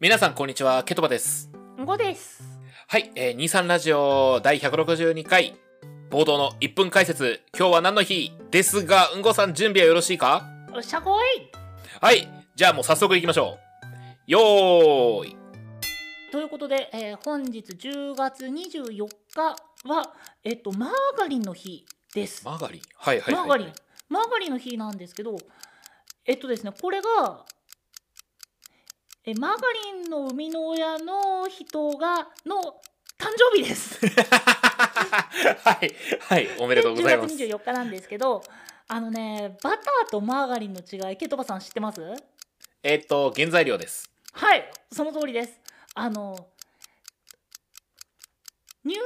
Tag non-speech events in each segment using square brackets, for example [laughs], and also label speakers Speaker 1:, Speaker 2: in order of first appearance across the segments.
Speaker 1: 皆さん、こんにちは。ケトバです。
Speaker 2: 五です。
Speaker 1: はい、えー、23ラジオ第162回、冒頭の1分解説、今日は何の日ですが、うんごさん準備はよろしいか
Speaker 2: おっしゃこい
Speaker 1: はい、じゃあもう早速行きましょう。よーい。
Speaker 2: ということで、えー本日10月24日は、えっと、マーガリンの日です。
Speaker 1: マーガリンはいはい、はい。
Speaker 2: マーガリン。マーガリンの日なんですけど、えっとですね、これが、えマーガリンの生みの親の人が、の誕生日です。
Speaker 1: [laughs] はい、はい、おめでとうございま。
Speaker 2: です10月24日なんですけど、あのね、バターとマーガリンの違い、ケトバさん知ってます
Speaker 1: えっ、と、原材料です。
Speaker 2: はい、その通りです。あの乳製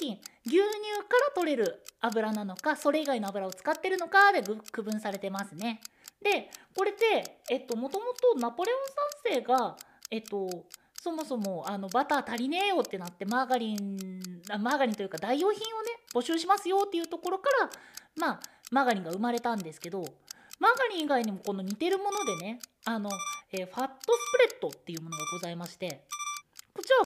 Speaker 2: 品牛乳から取れる油なのかそれ以外の油を使ってるのかでぐ区分されてますね。でこれってえっともともとナポレオン三世がえっとそもそもあのバター足りねえよってなってマーガリンあマーガリンというか代用品をね募集しますよっていうところからまあマーガリンが生まれたんですけどマーガリン以外にもこの似てるものでねあの、えーファットスプレッドっていうものがございましてこちらは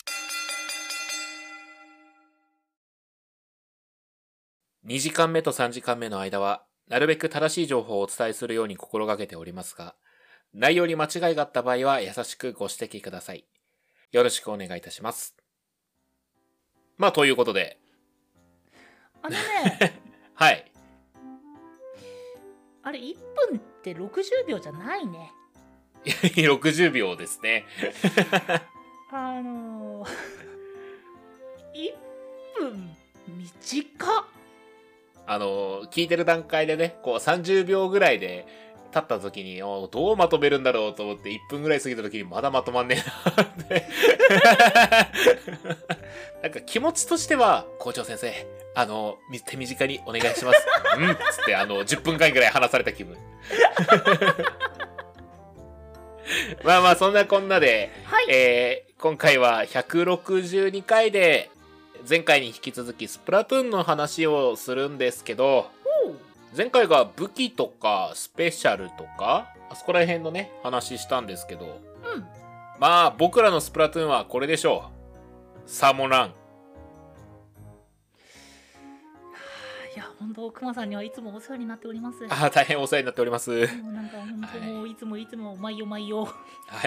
Speaker 1: 2時間目と3時間目の間は、なるべく正しい情報をお伝えするように心がけておりますが、内容に間違いがあった場合は優しくご指摘ください。よろしくお願いいたします。まあ、ということで、
Speaker 2: あの
Speaker 1: [laughs]
Speaker 2: ね
Speaker 1: はい。
Speaker 2: あれ1分って60秒じゃないね
Speaker 1: 60秒ですね。
Speaker 2: あのー、1分短っ
Speaker 1: あの、聞いてる段階でね、こう30秒ぐらいで、経った時に、おどうまとめるんだろうと思って、1分ぐらい過ぎた時にまだまとまんねえなって。 [laughs] なんか気持ちとしては、校長先生、あの、み手短にお願いします。うん、つって、あの、10分間ぐらい話された気分。 [laughs] まあまあ、そんなこんなで、
Speaker 2: はい、
Speaker 1: えー今回は162回で前回に引き続きスプラトゥーンの話をするんですけど
Speaker 2: おう
Speaker 1: 前回が武器とかスペシャルとかあそこら辺のね話したんですけど
Speaker 2: うん
Speaker 1: まあ僕らのスプラトゥーンはこれでしょうサモラン
Speaker 2: いや本当熊さんにはいつもお世話になっております
Speaker 1: あー大変お世話になっております
Speaker 2: もうなんか本当もういつもいつも毎夜毎夜
Speaker 1: は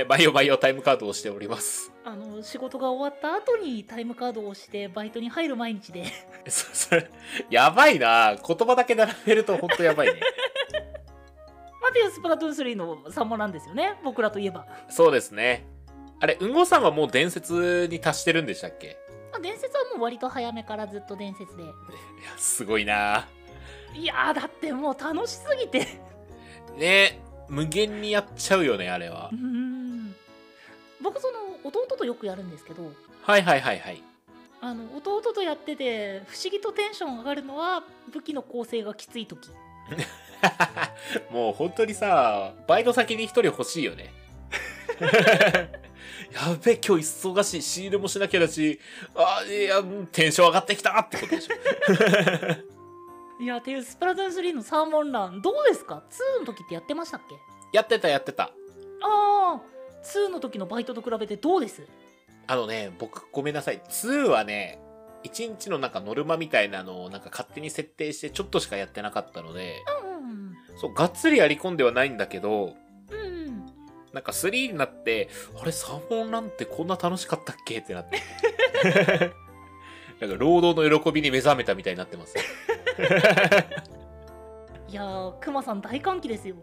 Speaker 1: い毎夜毎夜タイムカードをしております
Speaker 2: あの仕事が終わった後にタイムカードを押してバイトに入る毎日で [laughs]
Speaker 1: そそれやばいな言葉だけ並べるとほんとやばいね
Speaker 2: まあ、ていうスプラトゥーン3のサモなんですよね僕らといえば、
Speaker 1: そうですねあれうんごさんはもう伝説に達してるんでしたっけ [laughs]
Speaker 2: まあ、伝説はもう割と早めからずっと伝説で
Speaker 1: いやすごいない
Speaker 2: やーだってもう楽しすぎて
Speaker 1: ね無限にやっちゃうよねあれは
Speaker 2: うーん僕その弟とよくやるんですけど
Speaker 1: はいはいはいはい [laughs]
Speaker 2: あの弟とやってて不思議とテンション上がるのは武器の構成がきつい時
Speaker 1: もう本当にさバイト先に一人欲しいよね [laughs] やべ今日忙しい仕入れもしなきゃだしあいやうんテンション上がってきたってことでしょ [laughs]
Speaker 2: いやーっていうスプラトゥーン3のサーモンランどうですか2の時ってやってましたっけ
Speaker 1: やってたやってた
Speaker 2: あー2の時のバイトと比べてどうです
Speaker 1: あのね僕ごめんなさい2はね1日のなんかノルマみたいなのをなんか勝手に設定してちょっとしかやってなかったので
Speaker 2: うん
Speaker 1: そうがっつりやり込んではないんだけど
Speaker 2: うんうん
Speaker 1: なんか3になって、あれ、サモンなんてこんな楽しかったっけってなって。 [laughs] なんか、労働の喜びに目覚めたみたいになってます。
Speaker 2: いやー、クマさん大歓喜ですよ。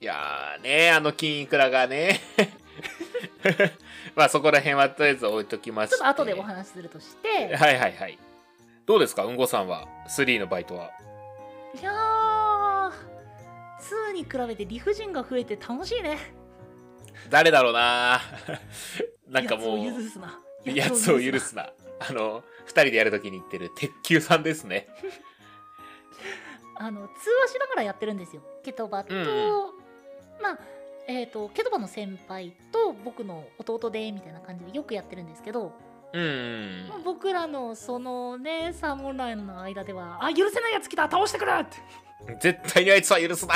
Speaker 1: いやーね、あの筋イクラがね。 [laughs] まあ、そこら辺はとりあえず置いときまし
Speaker 2: ちょ
Speaker 1: て。
Speaker 2: っと後でお話しするとして、
Speaker 1: はいはいはい。どうですか、うんごさんは、3のバイトは。
Speaker 2: いやー、2に比べて理不尽が増えて楽しいね。
Speaker 1: 誰だろうな [laughs] なんかもう、
Speaker 2: やつを許すな。
Speaker 1: やつを許
Speaker 2: な
Speaker 1: すな。あの、二人でやるときに言ってる、鉄球さんですね。
Speaker 2: あの、通話しながらやってるんですよ。ケトバと、
Speaker 1: うんうん
Speaker 2: まあ、えっ、と、ケトバの先輩と僕の弟で、みたいな感じでよくやってるんですけど、
Speaker 1: うんうん
Speaker 2: まあ僕らのそのね、サーモンラインの間では、あ、許せないやつ来た倒してくれって
Speaker 1: うん。絶対にあいつは許すな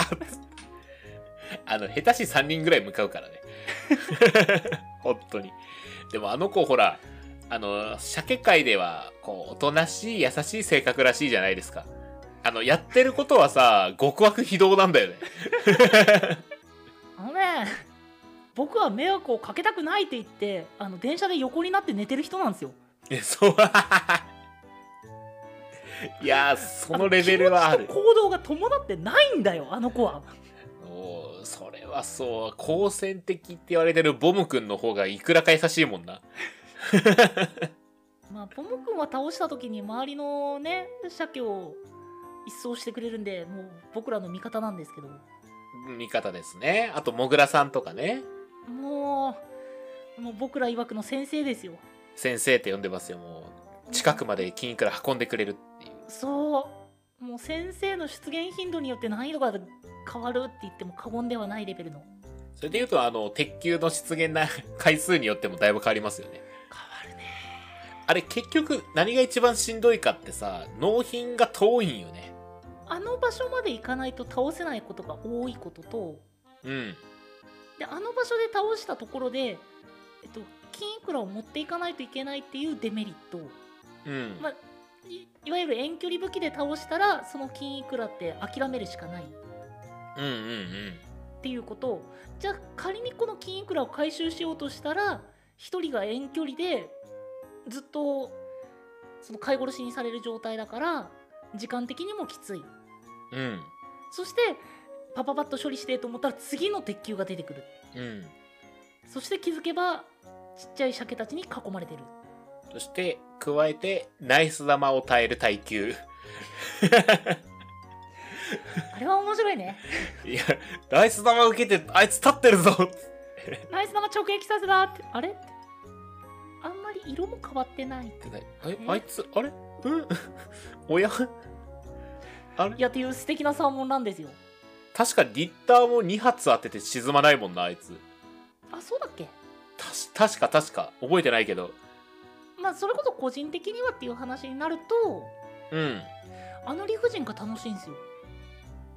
Speaker 1: あの、下手し3人ぐらい向かう [laughs] からね。本当に。でもあの子ほら、あの、鮭界では、こう、おとなしい優しい性格らしいじゃないですか。あの、やってることはさ、極悪非道なんだよね。
Speaker 2: あのね僕は迷惑をかけたくないって言ってあの電車で横になって寝てる人なんですよ
Speaker 1: え、そう。 [laughs] いやー、そのレベルはある
Speaker 2: 気持。ちと行動が伴ってないんだよあの子は
Speaker 1: おーそれはそう。好戦的って言われてるボムくんの方がいくらか優しいもんな。
Speaker 2: まあポム君は倒した時に周りのね鮭を一掃してくれるんでもう僕らの味方なんですけど
Speaker 1: 見方ですね。あと、もぐらさんとかね。
Speaker 2: もうもう僕ら曰くの先生ですよ
Speaker 1: 先生って呼んでますよ、もう。近くまで金いくら運んでくれるっていう。
Speaker 2: そうもう先生の出現頻度によって難易度が変わるって言っても過言ではないレベルの
Speaker 1: それで言うと、あの、鉄球の出現な [laughs] 回数によってもだいぶ変わりますよね。
Speaker 2: 変わるね
Speaker 1: あれ、結局、何が一番しんどいかってさ、納品が遠いんよね。
Speaker 2: あの場所まで行かないと倒せないことが多いことと
Speaker 1: うん。
Speaker 2: であの場所で倒したところで、えっと、金いくらを持っていかないといけないっていうデメリット
Speaker 1: うん。
Speaker 2: まあいいわゆる遠距離武器で倒したらその金いくらって諦めるしかないっ
Speaker 1: うんうんうん。
Speaker 2: ていうことじゃあ仮にこの金いくらを回収しようとしたら1人が遠距離でずっとその買い殺しにされる状態だから時間的にもきつい
Speaker 1: うん。
Speaker 2: そしてパパパッと処理してと思ったら次の鉄球が出てくる
Speaker 1: うん。
Speaker 2: そして気づけばちっちゃい鮭たちに囲まれてる
Speaker 1: そして、加えて、ナイス玉を耐える耐久。
Speaker 2: あれは面白いね
Speaker 1: いや、ナイス玉受けて、あいつ立ってるぞ
Speaker 2: ナイス玉直撃させたってあれってあんまり色も変わってない
Speaker 1: え、あいつ、あれうん [laughs] おや [laughs] あれ
Speaker 2: いやっていう素敵な三文なんですよ
Speaker 1: 確かリッターも2発当てて沈まないもんな、あいつ。
Speaker 2: あそうだっけ
Speaker 1: たし、確か確か。覚えてないけど。
Speaker 2: まあそれこそ個人的にはっていう話になると
Speaker 1: うん。
Speaker 2: あの理不尽が楽しいんですよ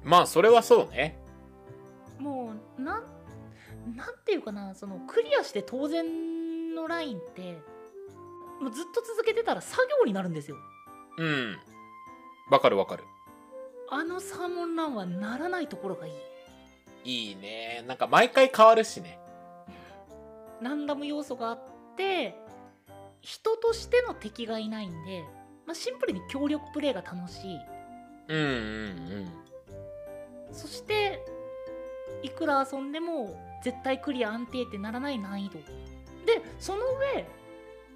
Speaker 1: まあ、それはそうね。
Speaker 2: もうなんなんていうかなそのクリアして当然のラインってもうずっと続けてたら作業になるんですよ
Speaker 1: うん。わかるわかる。
Speaker 2: あのサーモンランはならないところがいい
Speaker 1: いいね。なんか毎回変わるしね。
Speaker 2: ランダム要素があって人としての敵がいないんで、まあ、シンプルに協力プレイが楽しい
Speaker 1: うんうん
Speaker 2: そしていくら遊んでも絶対クリア安定ってならない難易度でその上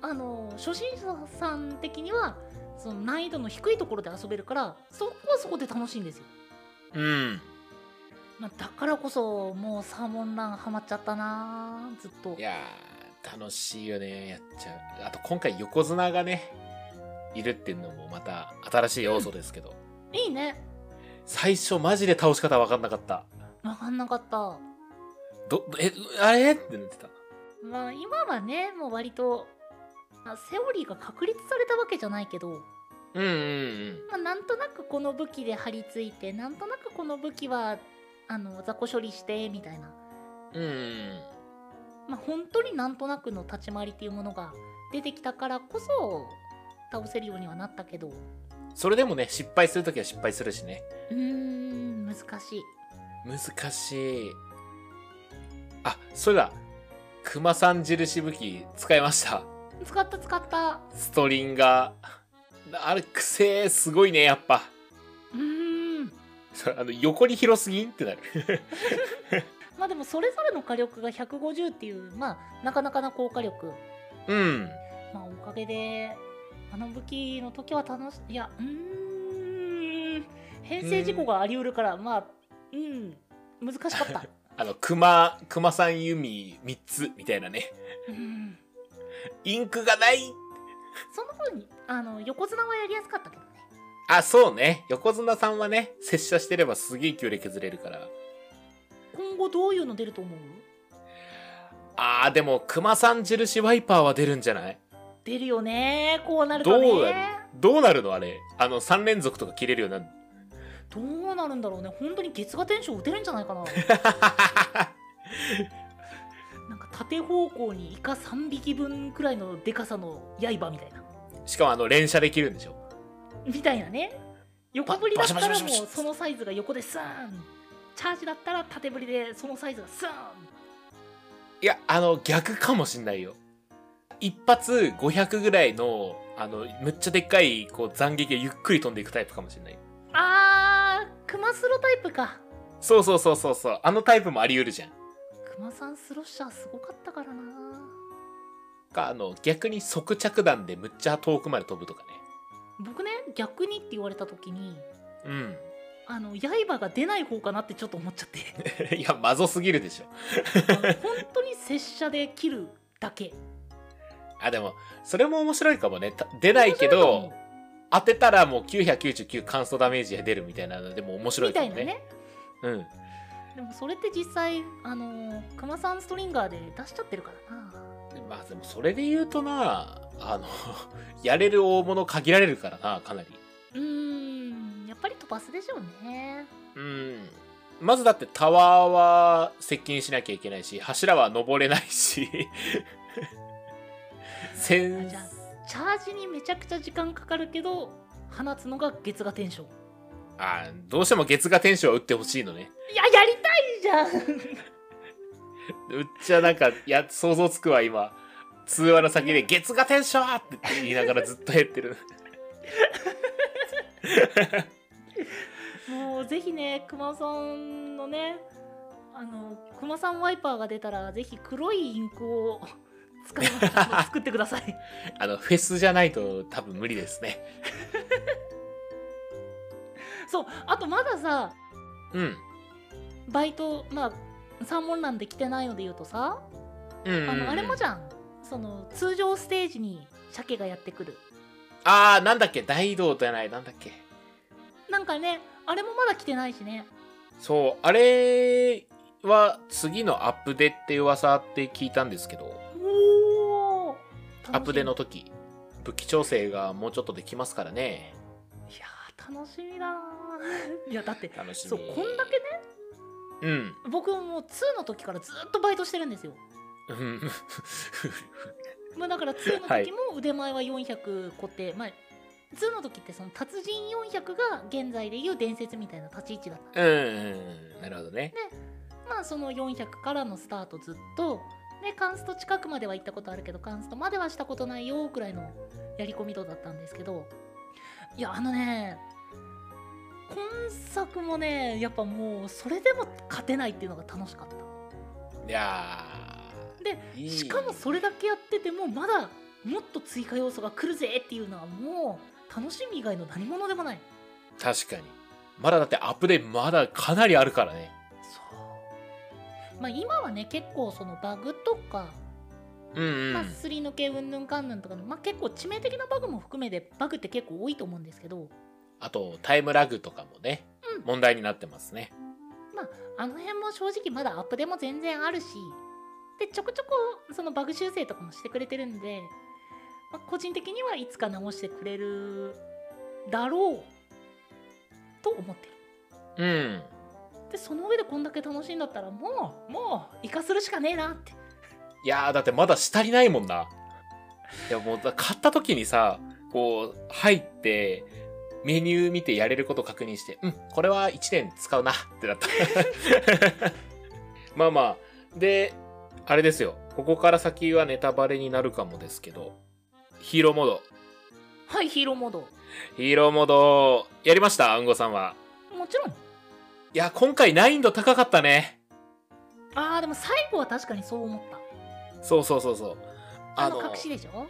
Speaker 2: あの初心者さん的にはその難易度の低いところで遊べるからそこはそこで楽しいんですよ、
Speaker 1: うん。うん。
Speaker 2: まあ、だからこそもうサーモンランハマっちゃったなずっと
Speaker 1: いやー、楽しいよね。やっちゃう。あと今回横綱がね、いるっていうのもまた新しい要素ですけど。
Speaker 2: いいね
Speaker 1: 最初マジで倒し方わかんなかった。
Speaker 2: 分かんなかった
Speaker 1: ど、え、あれってなってた。
Speaker 2: まあ今はねもう割と、まあ、セオリーが確立されたわけじゃないけど、
Speaker 1: うんうん
Speaker 2: まあ、なんとなくこの武器で張り付いてなんとなくこの武器はあの雑魚処理してみたいな、
Speaker 1: うん。うんうん。
Speaker 2: まあ、本当になんとなくの立ち回りっていうものが出てきたからこそ倒せるようにはなったけど
Speaker 1: それでもね、失敗するときは失敗するしね。
Speaker 2: うーん難しい
Speaker 1: 難しい。あ、それだ。熊さん印武器使いました。
Speaker 2: 使った使った
Speaker 1: ストリンガー。あれ、くせー、すごいね、やっぱ。 [laughs]
Speaker 2: うーん
Speaker 1: そうあの、横に広すぎんってなる。
Speaker 2: まあでもそれぞれの火力が150っていうまあなかなかな高火力
Speaker 1: うん。
Speaker 2: まあおかげであの武器の時は楽しいやうーん編成事故がありうるからまあうん難しかった [laughs]
Speaker 1: あの、熊、熊さん弓3つみたいなね。
Speaker 2: うん
Speaker 1: インクがない
Speaker 2: その分あの横綱はやりやすかったけどね
Speaker 1: あ、そうね。横綱さんはね、拙者してればすげえ距離削れるから。
Speaker 2: 今後どういうの出ると思う
Speaker 1: あー、でも、熊さん印ワイパーは出るんじゃない
Speaker 2: 出るよねこうなるとね
Speaker 1: どうなどうなるのあれ。あの、3連続とか切れるような。
Speaker 2: どうなるんだろうね本当に月がテンション打てるんじゃないか [laughs] ななんか縦方向にイカ3匹分くらいのでかさの刃みたいな
Speaker 1: しかもあの連射できるんでしょ
Speaker 2: みたいなね横振りだった
Speaker 1: バ
Speaker 2: ら
Speaker 1: シバシバシバシ
Speaker 2: もうそのサイズが横でスーンチャージだったら縦振りでそのサイズがスーン
Speaker 1: いやあの逆かもしんないよ一発500ぐらいのあのむっちゃでっかいこう斬撃がゆっくり飛んでいくタイプかもしんない
Speaker 2: あークマスロタイプか
Speaker 1: そうそうそうそうそうあのタイプもあり得るじゃん
Speaker 2: クマさんスロッシャーすごかったからな
Speaker 1: かあの逆に即着弾でむっちゃ遠くまで飛ぶとかね
Speaker 2: 僕ね逆にって言われた時に
Speaker 1: うん [laughs]
Speaker 2: あの刃が出ない方かなってちょっと思っちゃって
Speaker 1: いや、マゾすぎるでしょ。
Speaker 2: あの本当に拙者で切るだけ
Speaker 1: あ、でも、それも面白いかもね。た出ないけど、当てたらもう999乾燥ダメージが出るみたいなのでも面白
Speaker 2: み
Speaker 1: いか
Speaker 2: たい
Speaker 1: も
Speaker 2: な
Speaker 1: ね。
Speaker 2: ね
Speaker 1: うん。
Speaker 2: でもそれって実際あのクマさんストリンガーで出しちゃってるからな
Speaker 1: まあでも、それで言うとな、あの、 [laughs] やれる大物限られるからな、かなり。
Speaker 2: うーんやっぱり飛ばすでしょうね
Speaker 1: うん。まずだってタワーは接近しなきゃいけないし、柱は登れないし。
Speaker 2: [laughs]
Speaker 1: せん
Speaker 2: あじゃチャージにめちゃくちゃ時間かかるけど放つのが月がテンション
Speaker 1: あどうしても月が天使は打ってほしいのね。
Speaker 2: いややりたいじゃん
Speaker 1: うっちゃなんか、いや、想像つくわ、今。通話の先で、月がテンションって言いながらずっと減ってる。
Speaker 2: もうぜひねクマさんのねあのクマさんワイパーが出たらぜひ黒いインクを使いました作ってください
Speaker 1: あの、フェスじゃないと多分無理ですね。
Speaker 2: そうあとまださ
Speaker 1: うん。
Speaker 2: バイトまあ三文欄で来てないので言うとさ
Speaker 1: うんうん、
Speaker 2: あのあれも
Speaker 1: ゃ。
Speaker 2: じゃんその通常ステージに鮭がやってくる
Speaker 1: あー、なんだっけ、大道じゃない、なんだっけ。
Speaker 2: なんかねあれもまだ来てないしね
Speaker 1: そう、あれは次のアップデって噂って聞いたんですけど、
Speaker 2: おお
Speaker 1: アップデの時、武器調整がもうちょっとできますからね。
Speaker 2: いやー楽しみだな
Speaker 1: [laughs]
Speaker 2: ーいやだって
Speaker 1: 楽しみ。
Speaker 2: そうこんだけね
Speaker 1: うん。
Speaker 2: 僕もう2の時からずっとバイトしてるんですよ
Speaker 1: うん。
Speaker 2: まあだから2の
Speaker 1: はい
Speaker 2: 時も腕前は400固定、まあ2の時ってその達人400が現在でいう伝説みたいな立ち位置だっ
Speaker 1: うんうん。なるほどね。
Speaker 2: たまあその400からのスタートずっとでカンスト近くまでは行ったことあるけどカンストまではしたことないよーくらいのやり込み度だったんですけどいやあのね今作もねやっぱもうそれでも勝てないっていうのが楽しかった
Speaker 1: いやー。いい
Speaker 2: しかもそれだけやっててもまだもっと追加要素が来るぜっていうのはもう楽しみ以外の何物でもない
Speaker 1: 確かにまだだってアップデートまだかなりあるからね
Speaker 2: そうまあ今はね結構そのバグとか、
Speaker 1: うん
Speaker 2: まあ、すり抜けうんぬんかんぬんとかの、まあ、結構致命的なバグも含めてバグって結構多いと思うんですけど
Speaker 1: あとタイムラグとかもね、
Speaker 2: うん
Speaker 1: 問題になってますね
Speaker 2: あの辺も正直まだアップでも全然あるしでちょこちょこそのバグ修正とかもしてくれてるんで、まあ、個人的にはいつか直してくれるだろうと思ってる。
Speaker 1: うん
Speaker 2: でその上でこんだけ楽しいんだったらもうもうイカするしかねえなって
Speaker 1: いやーだってまだしたりないもんないやもうだ買った時にさこう入ってメニュー見てやれること確認してうんこれは1年使うなって
Speaker 2: [laughs]
Speaker 1: なったまあまあであれですよここから先はネタバレになるかもですけどヒーローモード
Speaker 2: はいヒーローモード
Speaker 1: ヒーローモードやりました暗号さんは
Speaker 2: もちろん
Speaker 1: いや、今回難易度高かったね。
Speaker 2: あーでも最後は確かにそう思った
Speaker 1: そうそうそうそう。
Speaker 2: あの隠しでしょ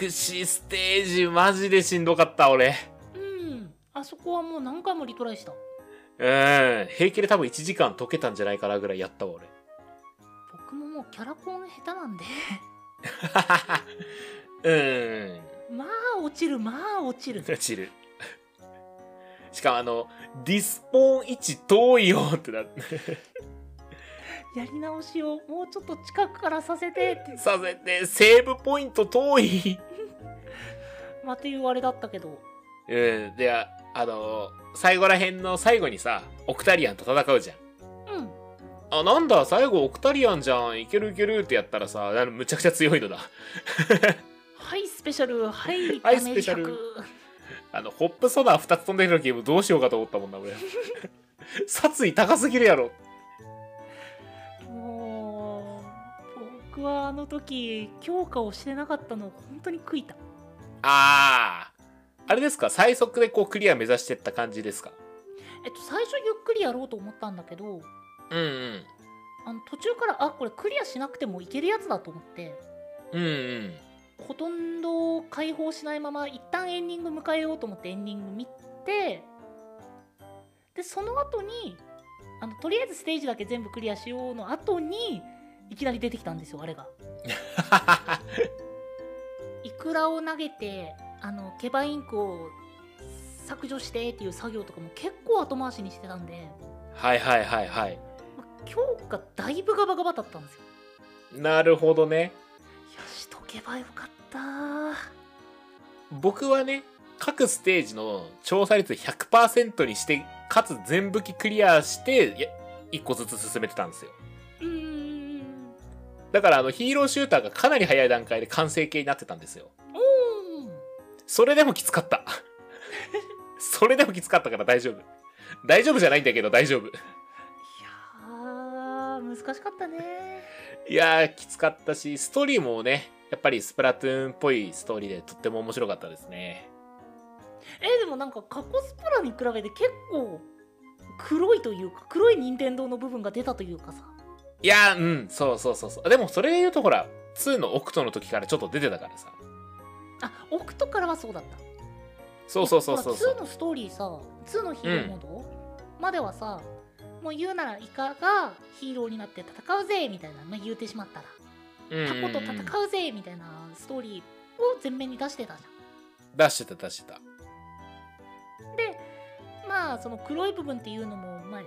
Speaker 1: 隠しステージマジでしんどかった、俺。
Speaker 2: うんあそこはもう何回もリトライした
Speaker 1: うん。平気で多分1時間解けたんじゃないかなぐらいやったわ、俺。 [laughs]
Speaker 2: 僕ももうキャラコン下手なんで
Speaker 1: うん。
Speaker 2: [laughs] まあ落ちるまあ落ちる
Speaker 1: 落ちる。しかもあの、リスポーン位置遠いよってなって、
Speaker 2: [laughs] やり直しをもうちょっと近くからさせてって
Speaker 1: させて、セーブポイント遠い。
Speaker 2: まあっていうあれだったけど
Speaker 1: うん。で、ああの最後らへんの最後にさオクタリアンと戦うじゃん
Speaker 2: うん
Speaker 1: あなんだ最後オクタリアンじゃんいけるいけるってやったらさあのむちゃくちゃ強いのだ [laughs]
Speaker 2: はいスペシャルはい
Speaker 1: はい
Speaker 2: ダメージ
Speaker 1: スペシャル
Speaker 2: 100
Speaker 1: あのホップソナー2つ飛んでる時もどうしようかと思ったもんな俺 [laughs] 殺意高すぎるやろ
Speaker 2: もう僕はあの時強化をしてなかったのを本当に悔いた
Speaker 1: あーあれですか最速でこうクリア目指してった感じですか
Speaker 2: えっと最初ゆっくりやろうと思ったんだけど
Speaker 1: うんうん
Speaker 2: あの途中からあこれクリアしなくてもいけるやつだと思って
Speaker 1: うんうん [laughs]
Speaker 2: ほとんど解放しないまま一旦エンディング迎えようと思ってエンディング見てでその後にあのとりあえずステージだけ全部クリアしようの後にいきなり出てきたんですよあれが。イクラを投げてあのケバインクを削除してっていう作業とかも結構後回しにしてたんで
Speaker 1: はいはいはいはい
Speaker 2: まあ今日がだいぶガバガバだったんですよ。
Speaker 1: なるほどね
Speaker 2: いやしとけばよかったー
Speaker 1: 僕はね各ステージの調査率100%にしてかつ全武器クリアしていや1個ずつ進めてたんですよ
Speaker 2: うーん
Speaker 1: だからあのヒーローシューターがかなり早い段階で完成形になってたんですよ
Speaker 2: おー
Speaker 1: それでもきつかった [laughs] それでもきつかったから大丈夫大丈夫じゃないんだけど大丈夫
Speaker 2: いやー難しかったね
Speaker 1: いやーきつかったしストーリーもねやっぱりスプラトゥーンっぽいストーリーでとっても面白かったですね
Speaker 2: えーでもなんか過去スプラに比べて結構黒いというか黒い任天堂の部分が出たというかさ
Speaker 1: いやーうんそうそうそうそうでもそれで言うとほら2のオクトの時からちょっと出てたからさ
Speaker 2: あオクトからはそうだった
Speaker 1: そうそうそうそうそう
Speaker 2: ほら2のストーリーさ2のヒーローモード、まではさもう言うならイカがヒーローになって戦うぜみたいな、まあ、言うてしまったら
Speaker 1: うん
Speaker 2: タ
Speaker 1: うんう
Speaker 2: コ
Speaker 1: ん
Speaker 2: と戦うぜみたいなストーリーを前面に出してたじゃん
Speaker 1: 出してた出してた
Speaker 2: でまあその黒い部分っていうのもまあ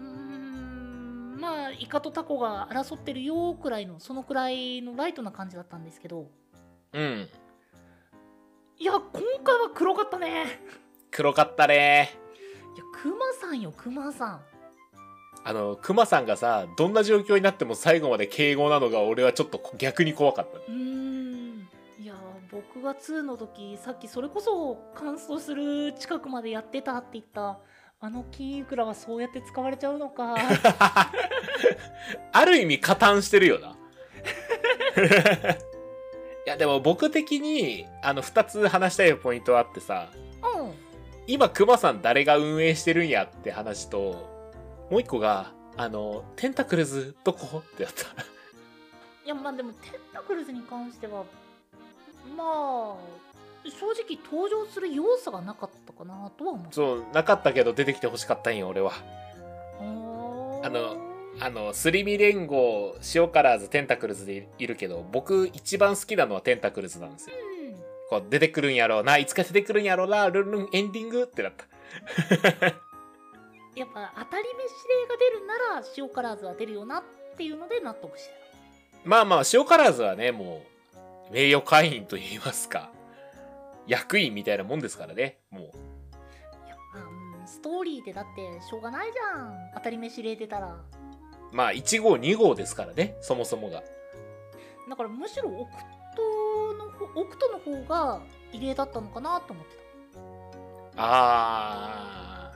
Speaker 2: うーんまあイカとタコが争ってるよーくらいのそのくらいのライトな感じだったんですけど
Speaker 1: うん
Speaker 2: いや今回は黒かったね
Speaker 1: 黒かったね
Speaker 2: いやクマさんよクマさん
Speaker 1: あのクマさんがさどんな状況になっても最後まで敬語なのが俺はちょっと逆に怖かった
Speaker 2: うーんいやー僕が2の時さっきそれこそ乾燥する近くまでやってたって言ったあの金いくらはそうやって使われちゃうの [laughs] か
Speaker 1: ある意味加担してるよな。いやでも僕的にあの2つ話したいポイントあってさ
Speaker 2: うん
Speaker 1: 今クマさん誰が運営してるんやって話ともう一個があの「テンタクルズどこ?」ってやった
Speaker 2: いやまあでもテンタクルズに関してはまあ正直登場する要素がなかったかなとは思う
Speaker 1: そうなかったけど出てきてほしかったんよ俺はあのあのすり身連合塩辛ズテンタクルズでいるけど僕一番好きなのはテンタクルズなんですよこう出てくるんやろうないつか出てくるんやろうなルンルンエンディングってなった
Speaker 2: やっぱ当たり飯例が出るなら塩辛酢は出るよなっていうので納得して
Speaker 1: まあまあ、塩辛酢はね、もう、名誉会員と言いますか、役員みたいなもんですからね、もう。
Speaker 2: るいやまあ、うん、ストーリーでだってしょうがないじゃん当たり飯例出たら
Speaker 1: まあ、1号、2号ですからね、そもそもが。
Speaker 2: だからむしろオクトの方オクトの方が異例だったのかなと思ってた
Speaker 1: あ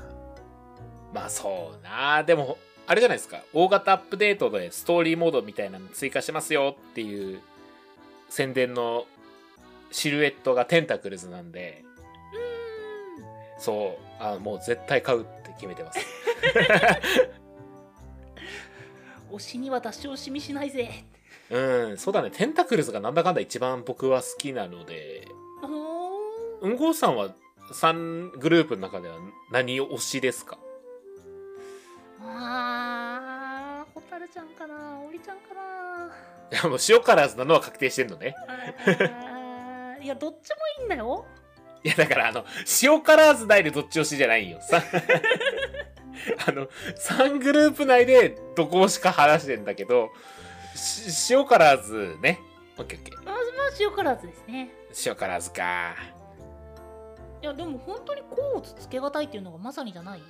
Speaker 1: ー。まあ、そうな。でも、あれじゃないですか、大型アップデートでストーリーモードみたいなの追加しますよっていう宣伝のシルエットがテンタクルズなんで、
Speaker 2: うーん
Speaker 1: そう、あもう絶対買うって決めてます。
Speaker 2: 推しには出し惜しみしないぜ
Speaker 1: うん、そうだね。テンタクルズがなんだかんだ一番僕は好きなので、
Speaker 2: お
Speaker 1: う
Speaker 2: ー
Speaker 1: んごうさんは3グループの中では何推しですか [laughs]
Speaker 2: あー、ホタルちゃんかな、オリちゃんかな。
Speaker 1: いやもう塩辛酢なのは確定してんのね。
Speaker 2: あーいや、どっちもいいんだよ。
Speaker 1: いやだからあの、塩辛酢内でどっち推しじゃないんよ。さ [laughs] あの、3グループ内でどこ推しか話してんだけど、し塩辛酢ね。オッケーオッケー。
Speaker 2: まずまあ、塩辛酢ですね。
Speaker 1: 塩辛酢か。
Speaker 2: いやでも本当に甲乙つけがたいっていうのがまさにじゃない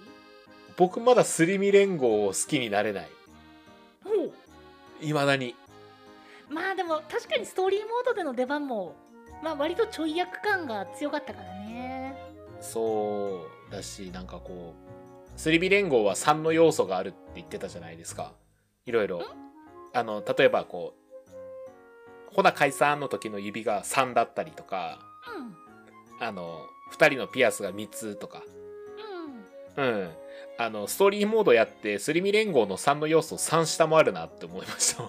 Speaker 1: 僕まだすり身連合を好きになれない
Speaker 2: ほう
Speaker 1: いまだに
Speaker 2: まあでも確かにストーリーモードでの出番もまあ割とちょい役感が強かったからね
Speaker 1: そうだしなんかこうすり身連合は3の要素があるって言ってたじゃないですかいろいろあの例えばこう「ほな解散」の時の指が3だったりとか
Speaker 2: うん
Speaker 1: あの2人のピアスが3つとか
Speaker 2: うん
Speaker 1: うんあのストーリーモードやってすり身連合の3の要素3下もあるなって思いました [laughs]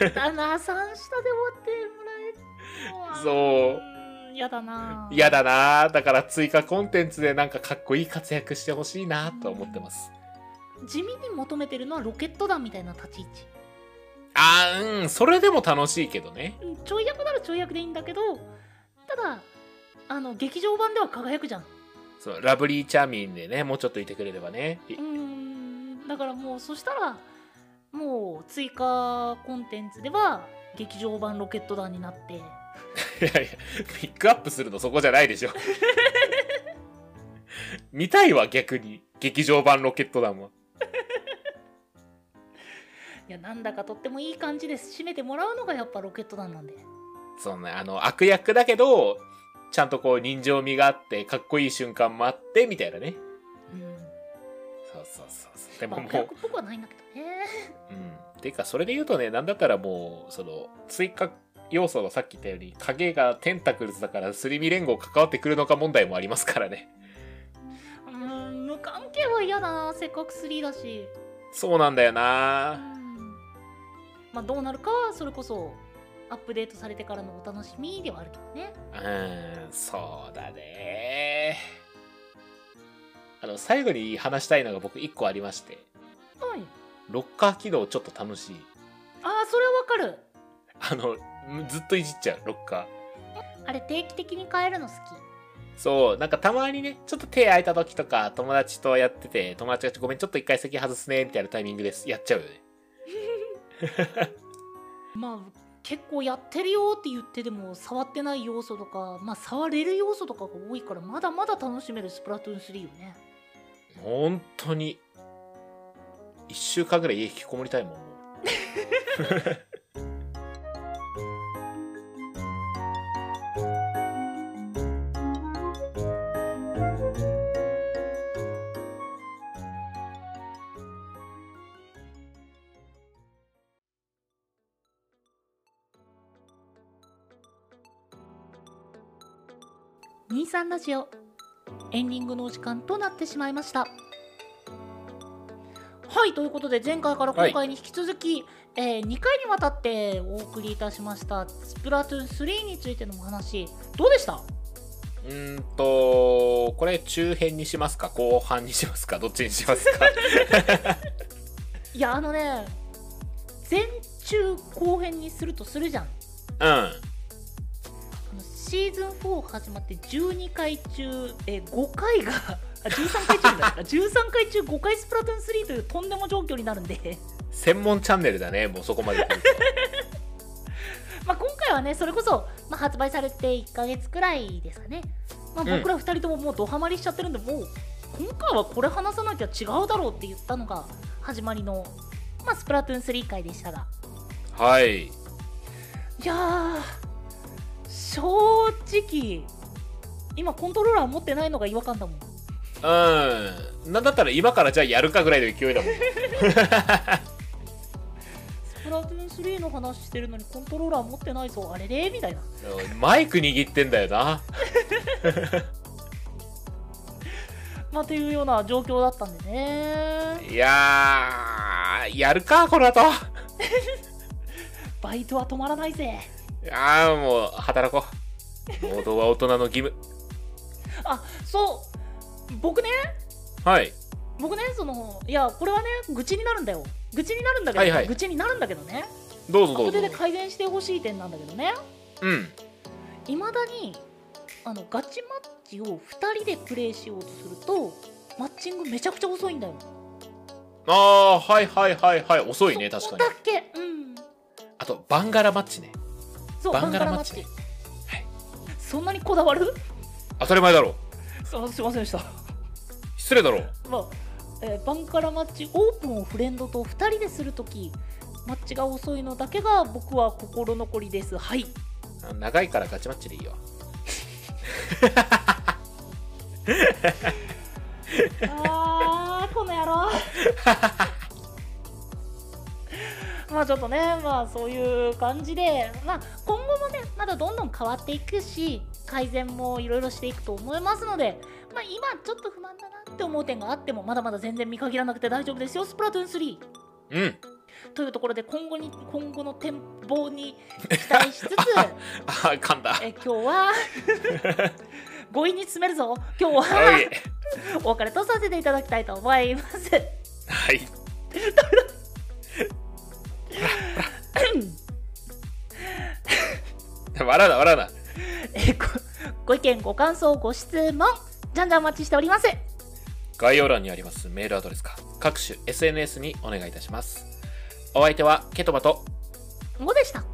Speaker 2: やだな三下で終わってもらえるのは
Speaker 1: そう
Speaker 2: うんやだな
Speaker 1: 嫌だなあだから追加コンテンツでなんかかっこいい活躍してほしいなあとは思ってます
Speaker 2: 地味に求めてるのはロケット団みたいな立ち位置
Speaker 1: あーうんそれでも楽しいけどね
Speaker 2: うんちょい役ならちょい役でいいんだけどただあの劇場版では輝くじゃん
Speaker 1: そうラブリーチャーミンでねもうちょっといてくれればねいう
Speaker 2: ーんだからもうそしたらもう追加コンテンツでは劇場版ロケット団になって
Speaker 1: やいやピックアップするのそこじゃないでしょ見たいわ逆に劇場版ロケット団はい
Speaker 2: やなんだかとってもいい感じで締めてもらうのがやっぱロケット団なんで
Speaker 1: そうねあの悪役だけどちゃんとこう人情味があってかっこいい瞬間もあってみたいなね
Speaker 2: うん
Speaker 1: そうそうそうそうでもも
Speaker 2: 悪
Speaker 1: う
Speaker 2: 役っぽくはないんだけどね
Speaker 1: うん、ていうかそれで言うとねなんだったらもうその追加要素のさっき言ったように影がテンタクルズだからすり身連合関わってくるのか問題もありますからね
Speaker 2: うーん無関係は嫌だなせっかく3だし
Speaker 1: そうなんだよ
Speaker 2: う
Speaker 1: なん
Speaker 2: まあどうなるかはそれこそアップデートされてからのお楽しみではあるけどね
Speaker 1: うんそうだねあの最後に話したいのが僕1個ありまして
Speaker 2: はい
Speaker 1: ロッカー機能ちょっと楽しい
Speaker 2: ああそれはわかる
Speaker 1: あのずっといじっちゃうロッカー
Speaker 2: あれ定期的に変えるの好き
Speaker 1: そう、なんかたまにね、ちょっと手空いた時とか、友達とやってて、友達がごめん、ちょっと一回席外すね、みたいなタイミングです。やっちゃうよね。
Speaker 2: まあ結構やってるよって言ってでも触ってない要素とか、まあ、触れる要素とかが多いからまだまだ楽しめるスプラトゥーン3よね
Speaker 1: 本当に。一週間ぐらい家引きこもりたいもん。も
Speaker 2: 23ラジオエンディングのお時間となってしまいましたはいということで前回から今回に引き続き、え2回にわたってお送りいたしましたスプラトゥーン3についてのお話どうでした
Speaker 1: ううーんと、これ中編にしますか後半にしますかどっちにしますか
Speaker 2: いやあのね前中後編にするとするじゃん
Speaker 1: うん。
Speaker 2: あのシーズン4始まって12回中、えー5回があ13回
Speaker 1: [laughs]
Speaker 2: 中だ13回中5回スプラトゥーン3というとんでも状況になるんで [laughs]
Speaker 1: 専門チャンネルだね、もうそこまで来る
Speaker 2: まあ今回はねそれこそ、まあ、発売されて1ヶ月くらいですかね、まあ、
Speaker 1: うん
Speaker 2: 僕ら2人とももうドハマりしちゃってるんで、もう今回はこれ話さなきゃ違うだろうって言ったのが始まりの、まあ、スプラトゥーン3回でしたが
Speaker 1: と。はい。
Speaker 2: いやー正直今コントローラー持ってないのが違和感だもん
Speaker 1: うん。なんだったら今からじゃあやるかぐらいの勢いだもん。
Speaker 2: スプラトゥーン3の話してるのにコントローラー持ってないぞあれれみたいな
Speaker 1: マイク握ってんだよな。
Speaker 2: まあというような状況だったんでね
Speaker 1: いやー、やるかこの後。
Speaker 2: バイトは止まらないぜ
Speaker 1: ああもう働こう労働は大人の義務
Speaker 2: あそう僕ね
Speaker 1: はい
Speaker 2: 僕ねそのいやこれはね愚痴になるんだよ愚痴になるんだけど、
Speaker 1: はいはい
Speaker 2: 愚痴になるんだけどね
Speaker 1: どうぞど
Speaker 2: こ
Speaker 1: うぞ
Speaker 2: れで改善してほしい点なんだけどね
Speaker 1: うん
Speaker 2: いまだにあのガチマッチを2人でプレイしようとするとマッチングめちゃくちゃ遅いんだよ
Speaker 1: ああーはいはいはいはい遅いね
Speaker 2: そ
Speaker 1: 確
Speaker 2: こ
Speaker 1: か
Speaker 2: だ
Speaker 1: に
Speaker 2: けうん
Speaker 1: あとバンガラマッチね
Speaker 2: そう
Speaker 1: バ
Speaker 2: バ
Speaker 1: ン
Speaker 2: ン
Speaker 1: ガラ
Speaker 2: ガラ
Speaker 1: マ
Speaker 2: マ
Speaker 1: ッ
Speaker 2: ッ
Speaker 1: チ
Speaker 2: チ
Speaker 1: ねはい
Speaker 2: そそんなにこだわる [laughs]
Speaker 1: 当たり前だろ
Speaker 2: そうすいませんでした
Speaker 1: 失礼だろ
Speaker 2: まあえーバンカラマッチオープンをフレンドと2人でするときマッチが遅いのだけが僕は心残りですはい
Speaker 1: 長いからガチマッチでいいよ
Speaker 2: あーこの
Speaker 1: [laughs]
Speaker 2: 野郎まあちょっとねまあそういう感じでまあ今後もねまだどんどん変わっていくし改善もいろいろしていくと思いますのでまあ今ちょっと不満だなって思う点があってもまだまだ全然見限らなくて大丈夫ですよスプラトゥーン3
Speaker 1: うん
Speaker 2: というところで今後に今後の展望に期
Speaker 1: [laughs]
Speaker 2: 待しつつ
Speaker 1: あ噛んだ
Speaker 2: え今日
Speaker 1: [laughs]
Speaker 2: は強引に詰めるぞ今日
Speaker 1: はい
Speaker 2: はお別れとさせていただきたいと思います。
Speaker 1: はい
Speaker 2: [laughs]
Speaker 1: 笑うな笑うな
Speaker 2: えごご意見ご感想ご質問じゃんじゃんお待ちしております
Speaker 1: 概要欄にありますメールアドレスか各種 SNS にお願いいたしますお相手はケトバと
Speaker 2: もでした